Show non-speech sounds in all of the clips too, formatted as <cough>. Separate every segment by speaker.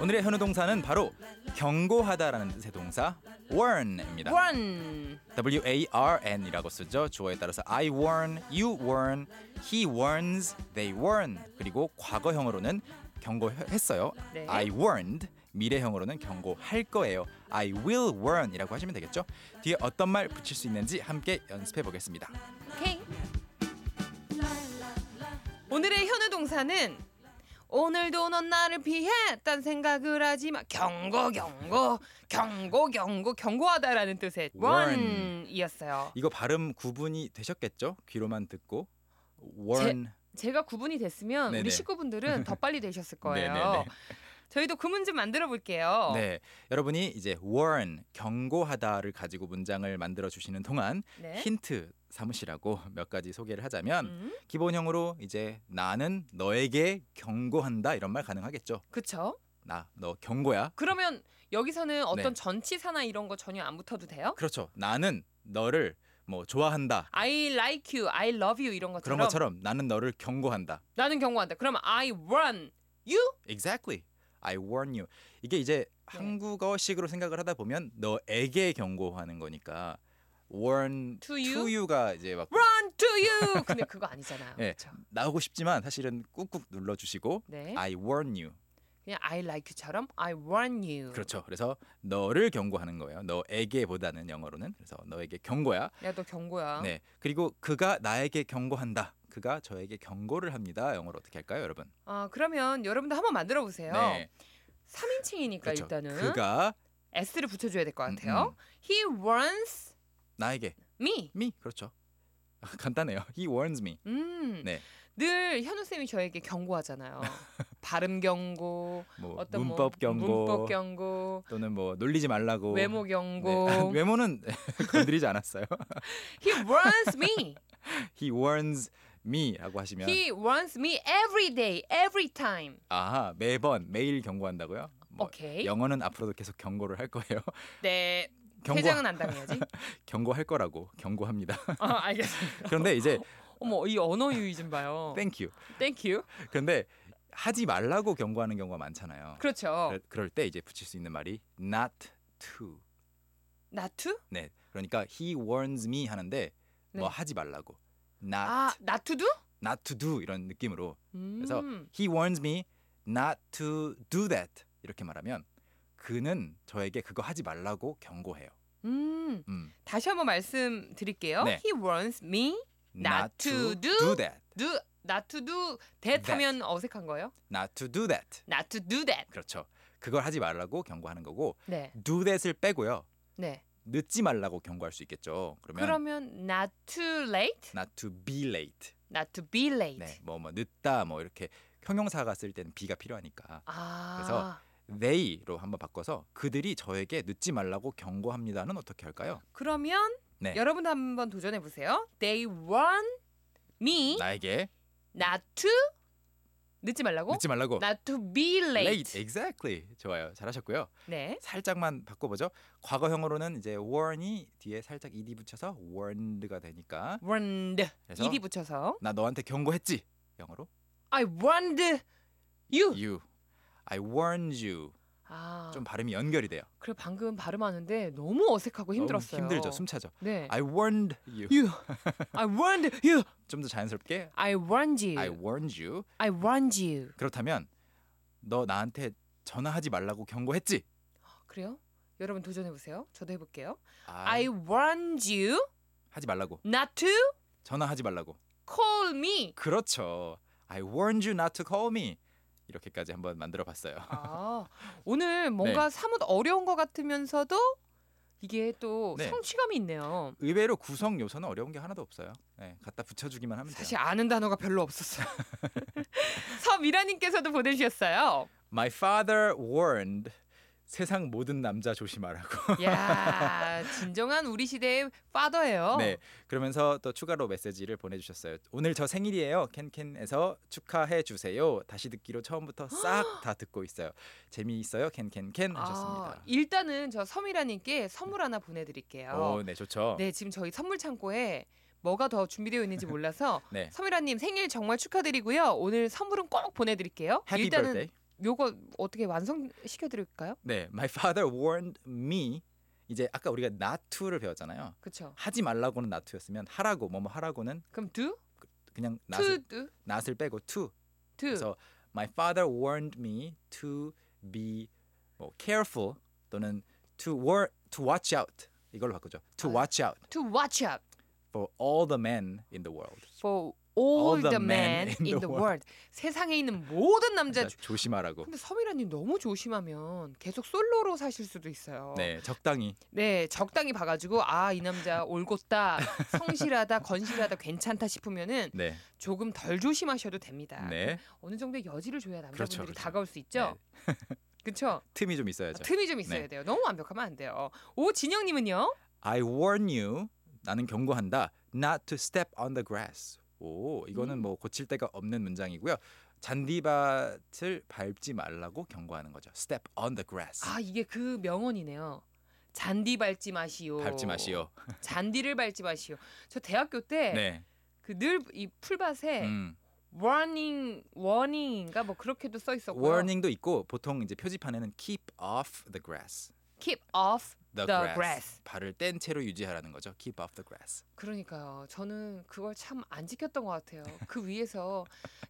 Speaker 1: 오늘의 현우 동사는 바로 경고하다라는 뜻의 동사 warn입니다.
Speaker 2: 원.
Speaker 1: W A R N이라고 쓰죠. 주어에 따라서 I warn, you warn, he warns, they warn. 그리고 과거형으로는 경고했어요.
Speaker 2: 네.
Speaker 1: I warned. 미래형으로는 경고할 거예요. I will warn이라고 하시면 되겠죠. 뒤에 어떤 말 붙일 수 있는지 함께 연습해 보겠습니다.
Speaker 2: 오케이. 오늘의 현우 동사는 오늘도 넌 나를 피해 딴 생각을 하지 마 경고 경고 경고 경고 경고하다라는 뜻의
Speaker 1: Warn.
Speaker 2: 원이었어요.
Speaker 1: 이거 발음 구분이 되셨겠죠? 귀로만 듣고 warn.
Speaker 2: 제가 구분이 됐으면
Speaker 1: 네네.
Speaker 2: 우리 식구분들은 더 빨리
Speaker 1: <laughs>
Speaker 2: 되셨을 거예요.
Speaker 1: 네네네.
Speaker 2: 저희도 구문 좀 만들어 볼게요.
Speaker 1: 네, 여러분이 이제 warn 경고하다를 가지고 문장을 만들어 주시는 동안
Speaker 2: 네.
Speaker 1: 힌트 삼으시라고 몇 가지 소개를 하자면
Speaker 2: 음,
Speaker 1: 기본형으로 이제 나는 너에게 경고한다 이런 말 가능하겠죠.
Speaker 2: 그쵸?
Speaker 1: 나 너 경고야.
Speaker 2: 그러면 여기서는
Speaker 1: 네.
Speaker 2: 어떤 전치사나 이런 거 전혀 안 붙어도 돼요?
Speaker 1: 그렇죠. 나는 너를 뭐 좋아한다.
Speaker 2: I like you, I love you 이런 것처럼
Speaker 1: 그런 것처럼 나는 너를 경고한다.
Speaker 2: 나는 경고한다. 그럼 I run you
Speaker 1: Exactly. I warn you. 이게
Speaker 2: 네.
Speaker 1: 이제 한국어식으로 생각을 하다 보면 너에게 경고하는 거니까 warn
Speaker 2: To you?
Speaker 1: 가 이제 막
Speaker 2: run to you. 근데 그거 아니잖아요.
Speaker 1: <laughs> 네.
Speaker 2: 그렇죠?
Speaker 1: 나오고 싶지만 사실은 꾹꾹 눌러 주시고
Speaker 2: 네.
Speaker 1: I warn you.
Speaker 2: 그냥 I like you처럼 I run you.
Speaker 1: 그렇죠. 그래서 너를 경고하는 거예요. 너에게보다는 영어로는 그래서 너에게 경고야.
Speaker 2: 내가 너 경고야.
Speaker 1: 네. 그리고 그가 나에게 경고한다. 그가 저에게 경고를 합니다. 영어로 어떻게 할까요, 여러분?
Speaker 2: 아, 그러면 여러분도 한번 만들어 보세요.
Speaker 1: 네.
Speaker 2: 삼 3인칭이니까
Speaker 1: 그렇죠.
Speaker 2: 일단은
Speaker 1: 그가
Speaker 2: s를 붙여 줘야 될 것
Speaker 1: 음,
Speaker 2: 같아요. He runs
Speaker 1: 나에게
Speaker 2: me.
Speaker 1: me 그렇죠. <laughs> 아, 간단해요. He warns me.
Speaker 2: 음.
Speaker 1: 네.
Speaker 2: 늘 현우 쌤이
Speaker 1: <laughs>
Speaker 2: 저에게 경고하잖아요. 발음 경고,
Speaker 1: 뭐
Speaker 2: 어떤 뭐
Speaker 1: 문법 경고
Speaker 2: 문법 경고,
Speaker 1: 또는 뭐 놀리지 말라고
Speaker 2: 외모
Speaker 1: 네. <laughs>
Speaker 2: 경고.
Speaker 1: 아, 외모는 건드리지 않았어요.
Speaker 2: He
Speaker 1: <laughs>
Speaker 2: runs me.
Speaker 1: He warns me라고 하시면
Speaker 2: He runs me every day, every time.
Speaker 1: 아 매번 매일 경고한다고요? 뭐
Speaker 2: 오케이.
Speaker 1: 영어는 앞으로도 계속 경고를 할 거예요. <laughs>
Speaker 2: 네.
Speaker 1: 경고
Speaker 2: 퇴장은 안 당해야지.
Speaker 1: 경고할 거라고 경고합니다.
Speaker 2: <laughs> 어, 알겠습니다.
Speaker 1: 그런데 이제
Speaker 2: 어머 이 언어 유의 좀 봐요.
Speaker 1: thank you.
Speaker 2: 땡큐. 유
Speaker 1: 근데 하지 말라고 경고하는 경우가 많잖아요.
Speaker 2: 그렇죠.
Speaker 1: 그럴- 그럴 때 이제 붙일 수 있는 말이 not to.
Speaker 2: 나투?
Speaker 1: 네. 그러니까 he warns me 하는데
Speaker 2: 네.
Speaker 1: 뭐 하지 말라고. not
Speaker 2: 아 나투두?
Speaker 1: not to do 이런 느낌으로
Speaker 2: 음.
Speaker 1: 그래서 he warns me not to do that 이렇게 말하면 그는 저에게 그거 하지 말라고 경고해요.
Speaker 2: 음
Speaker 1: 음.
Speaker 2: 다시 한번 말씀드릴게요.
Speaker 1: 네.
Speaker 2: He runs me Not to do
Speaker 1: do that.
Speaker 2: do not to do that,
Speaker 1: That.
Speaker 2: 하면 어색한 거예요.
Speaker 1: not to do that.
Speaker 2: Not to do that.
Speaker 1: 그렇죠. 그걸 하지 말라고 경고하는 거고
Speaker 2: 네,
Speaker 1: do that을 빼고요.
Speaker 2: 네.
Speaker 1: 늦지 말라고 경고할 수 있겠죠. 그러면
Speaker 2: 그러면 not too late,
Speaker 1: not to be late.
Speaker 2: not to be late.
Speaker 1: 네, 뭐 뭐 늦다 뭐 이렇게 형용사가 쓸 때는 be가 필요하니까
Speaker 2: 아,
Speaker 1: 그래서 they로 한번 바꿔서 그들이 저에게 늦지 말라고 경고합니다는 어떻게 할까요?
Speaker 2: 그러면
Speaker 1: 네.
Speaker 2: 여러분도 한번 도전해 보세요. They run me
Speaker 1: 나에게
Speaker 2: not to 늦지 말라고
Speaker 1: 늦지 말라고
Speaker 2: 어? not to be late.
Speaker 1: exactly 좋아요 잘하셨고요
Speaker 2: 네.
Speaker 1: 살짝만 바꿔보죠 과거형으로는 이제 warn이 뒤에 살짝 ed 붙여서 warned가 되니까
Speaker 2: warned
Speaker 1: 그래서
Speaker 2: ed 붙여서
Speaker 1: 나 너한테 경고했지 영어로
Speaker 2: I warned you.
Speaker 1: you I warned you
Speaker 2: 아,
Speaker 1: 좀 발음이 연결이 돼요
Speaker 2: 그래 방금 발음하는데 너무 어색하고
Speaker 1: 너무
Speaker 2: 힘들었어요.
Speaker 1: 힘들죠 아, 숨차죠
Speaker 2: 네.
Speaker 1: I warned you
Speaker 2: you. I warned you.
Speaker 1: 좀 더 자연스럽게
Speaker 2: I warned you.
Speaker 1: I warned you
Speaker 2: I warned you.
Speaker 1: 그렇다면 너 나한테 전화하지 말라고 경고했지
Speaker 2: 아, 그래요? 여러분 도전해 보세요. 저도 해 볼게요.
Speaker 1: I,
Speaker 2: I warned you
Speaker 1: 하지 말라고
Speaker 2: not to
Speaker 1: 전화하지 말라고
Speaker 2: call
Speaker 1: <laughs>
Speaker 2: me.
Speaker 1: 그렇죠. I warned you not to call me. 이렇게까지 한번 만들어 봤어요.
Speaker 2: 아, 오늘 뭔가
Speaker 1: 네.
Speaker 2: 사뭇 어려운 것 같으면서도 이게 또
Speaker 1: 네.
Speaker 2: 성취감이 있네요.
Speaker 1: 의외로 구성 요소는 어려운 게 하나도 없어요. 네, 갖다 붙여주기만 하면 돼요.
Speaker 2: 사실 아는 단어가 별로 없었어요. <laughs> 서미라님께서도 보내주셨어요.
Speaker 1: My father warned 세상 모든 남자 조심하라고. <laughs>
Speaker 2: 야, 진정한 우리 시대의 파더예요.
Speaker 1: 네. 그러면서 또 추가로 메시지를 보내주셨어요. 오늘 저 생일이에요. 캔캔에서 축하해 주세요. 다시 듣기로 처음부터 싹
Speaker 2: <gasps>
Speaker 1: 다 듣고 있어요. 재미있어요. 캔캔캔
Speaker 2: 아,
Speaker 1: 하셨습니다.
Speaker 2: 일단은 저 서미라님께 선물 하나 보내드릴게요.
Speaker 1: 오, 네 좋죠.
Speaker 2: 네, 지금 저희 선물 창고에 뭐가 더 준비되어 있는지 몰라서
Speaker 1: <laughs> 네.
Speaker 2: 섬유라님 생일 정말 축하드리고요. 오늘 선물은 꼭 보내드릴게요.
Speaker 1: Happy
Speaker 2: 일단은
Speaker 1: birthday.
Speaker 2: 요거 어떻게 완성시켜드릴까요?
Speaker 1: 네, my father warned me. 이제 아까 우리가 not to를 배웠잖아요.
Speaker 2: 그쵸?
Speaker 1: 하지 말라고는 not to였으면 하라고 뭐뭐 하라고는
Speaker 2: 그럼 do,
Speaker 1: 그냥
Speaker 2: to
Speaker 1: not을,
Speaker 2: do,
Speaker 1: not을 빼고 to.
Speaker 2: to.
Speaker 1: 그래서 my father warned me to be 뭐 careful 또는 to war to watch out 이걸로 바꾸죠. To
Speaker 2: 아.
Speaker 1: watch out
Speaker 2: to watch out
Speaker 1: for all the men in the world.
Speaker 2: for all,
Speaker 1: All
Speaker 2: the,
Speaker 1: the
Speaker 2: men in, the world. 세상에 있는 모든 남자.
Speaker 1: 그러니까
Speaker 2: 주...
Speaker 1: 조심하라고.
Speaker 2: 근데 섬이라님 너무 조심하면 계속 솔로로 사실 수도 있어요.
Speaker 1: 네, 적당히.
Speaker 2: 네, 적당히 봐가지고 아 이 남자 올곧다, 성실하다, 건실하다, 괜찮다 싶으면은
Speaker 1: 네.
Speaker 2: 조금 덜 조심하셔도 됩니다.
Speaker 1: 네.
Speaker 2: 어느 정도의 여지를 줘야 남자분들이
Speaker 1: 그렇죠, 그렇죠.
Speaker 2: 다가올 수 있죠. 그렇죠.
Speaker 1: 틈이 좀 있어야죠.
Speaker 2: 틈이 좀 있어야
Speaker 1: 네.
Speaker 2: 돼요. 너무 완벽하면 안 돼요. 오 진영님은요?
Speaker 1: I warn you. 나는 경고한다. Not to step on the grass. 오, 이거는
Speaker 2: 음.
Speaker 1: 뭐 고칠 데가 없는 문장이고요. 잔디밭을 밟지 말라고 경고하는 거죠. Step on the grass.
Speaker 2: 아 이게 그 명언이네요. 잔디 밟지 마시오.
Speaker 1: 밟지 마시오.
Speaker 2: 잔디를 밟지 마시오. 저 대학교
Speaker 1: 네.
Speaker 2: 때 그 늘 이 풀밭에
Speaker 1: 음.
Speaker 2: warning, warning인가 뭐 그렇게도 써 있었고요.
Speaker 1: warning도 있고 보통 이제 표지판에는 keep off the grass.
Speaker 2: keep off.
Speaker 1: The,
Speaker 2: The
Speaker 1: grass.
Speaker 2: grass.
Speaker 1: 발을 뗀 채로 유지하라는 거죠. keep off the grass.
Speaker 2: 그러니까요. 저는 그걸 참 안 지켰던 것 같아요. 그 위에서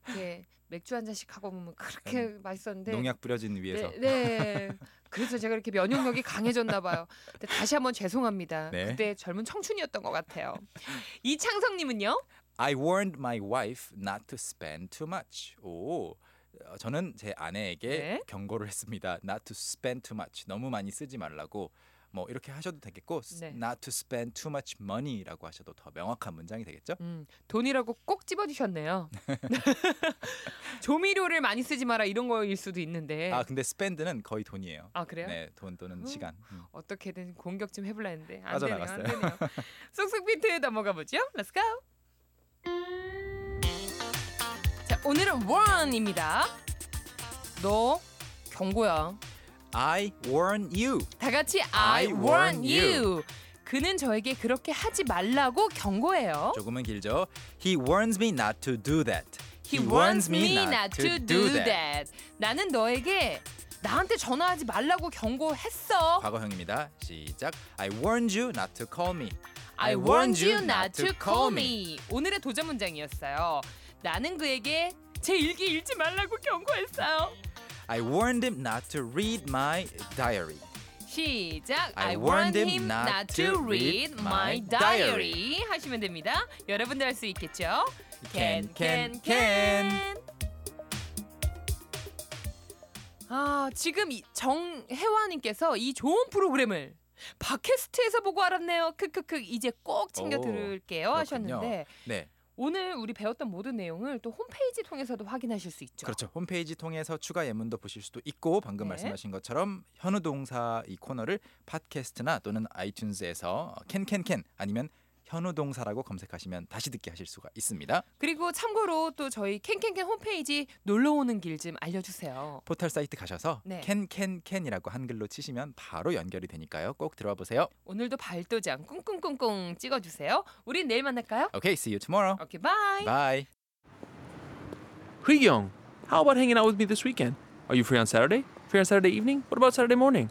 Speaker 2: 이렇게 맥주 한 잔씩 하고 보면 그렇게 맛있었는데
Speaker 1: 음, 농약 뿌려진 위에서.
Speaker 2: 네, 네. 그래서 제가 이렇게 면역력이 강해졌나 봐요. 근데 다시 한번 죄송합니다.
Speaker 1: 네.
Speaker 2: 그때 젊은 청춘이었던 것 같아요. 이창성 님은요?
Speaker 1: I warned my wife not to spend too much. 오, 어, 저는 제 아내에게
Speaker 2: 네.
Speaker 1: 경고를 했습니다. Not to spend too much. 너무 많이 쓰지 말라고. 뭐 이렇게 하셔도 되겠고, s-
Speaker 2: 네.
Speaker 1: not to spend too much money라고 하셔도 더 명확한 문장이 되겠죠?
Speaker 2: 음, 돈이라고
Speaker 1: <laughs>
Speaker 2: 꼭 집어주셨네요. <laughs> 조미료를 많이 쓰지 마라 이런 거일 수도 있는데.
Speaker 1: 아
Speaker 2: 아,
Speaker 1: 근데 spend는 거의 돈이에요.
Speaker 2: 그래요?
Speaker 1: 네, 돈 또는
Speaker 2: 음.
Speaker 1: 시간. 음.
Speaker 2: 어떻게든 공격 좀 해보려 했는데 안 되네요. 안
Speaker 1: 빠져나갔어요.
Speaker 2: 되네요. 쏙쏙 비트 넘어가 보죠. Let's go. 자, 오늘은 원입니다. 너 경고야.
Speaker 1: I warn you.
Speaker 2: 다 같이
Speaker 1: I
Speaker 2: I,
Speaker 1: warn
Speaker 2: warn you. 그는 저에게 그렇게 하지 말라고 경고해요.
Speaker 1: 조금은 길죠. He warns me not to do that.
Speaker 2: He warns me not to do that. 나는 너에게 나한테 전화하지 말라고 경고했어.
Speaker 1: 과거형입니다. 시작. I warned you not to call me.
Speaker 2: I warned you not to call me. 오늘의 도전 문장이었어요. 나는 그에게 제 일기 읽지 말라고 경고했어요.
Speaker 1: I warned him not to read my diary.
Speaker 2: 시작. I warned him not to read my diary. 하시면 됩니다. 여러분도 할 수 있겠죠?
Speaker 1: Can can can.
Speaker 2: 아 지금 이 정혜화님께서 이 좋은 프로그램을 팟캐스트에서 보고 알았네요. 크크크 이제 꼭 챙겨
Speaker 1: 오,
Speaker 2: 들을게요 하셨는데
Speaker 1: 네,
Speaker 2: 오늘 우리 배웠던 모든 내용을 또 홈페이지 통해서도 확인하실 수 있죠.
Speaker 1: 그렇죠. 홈페이지 통해서 추가 예문도 보실 수도 있고 방금
Speaker 2: 네.
Speaker 1: 말씀하신 것처럼 현우 동사 이 코너를 팟캐스트나 또는 아이튠즈에서 캔캔캔 아니면 현우 동사라고 검색하시면 다시 듣기 하실 수가 있습니다.
Speaker 2: 그리고 참고로 또 저희 캔캔캔 홈페이지 놀러 오는 길 좀 알려주세요.
Speaker 1: 포털 사이트 가셔서
Speaker 2: 네.
Speaker 1: 캔캔캔이라고 한글로 치시면 바로 연결이 되니까요. 꼭 들어와 보세요.
Speaker 2: 오늘도 발도장 꿍꿍꿍꿍 찍어주세요. 우린 내일 만날까요?
Speaker 1: Okay, see you tomorrow.
Speaker 2: 오케이 바이.
Speaker 1: Bye.
Speaker 3: Young, how about hanging out with me this weekend? Are you free on Saturday? Free on Saturday evening? What about Saturday morning?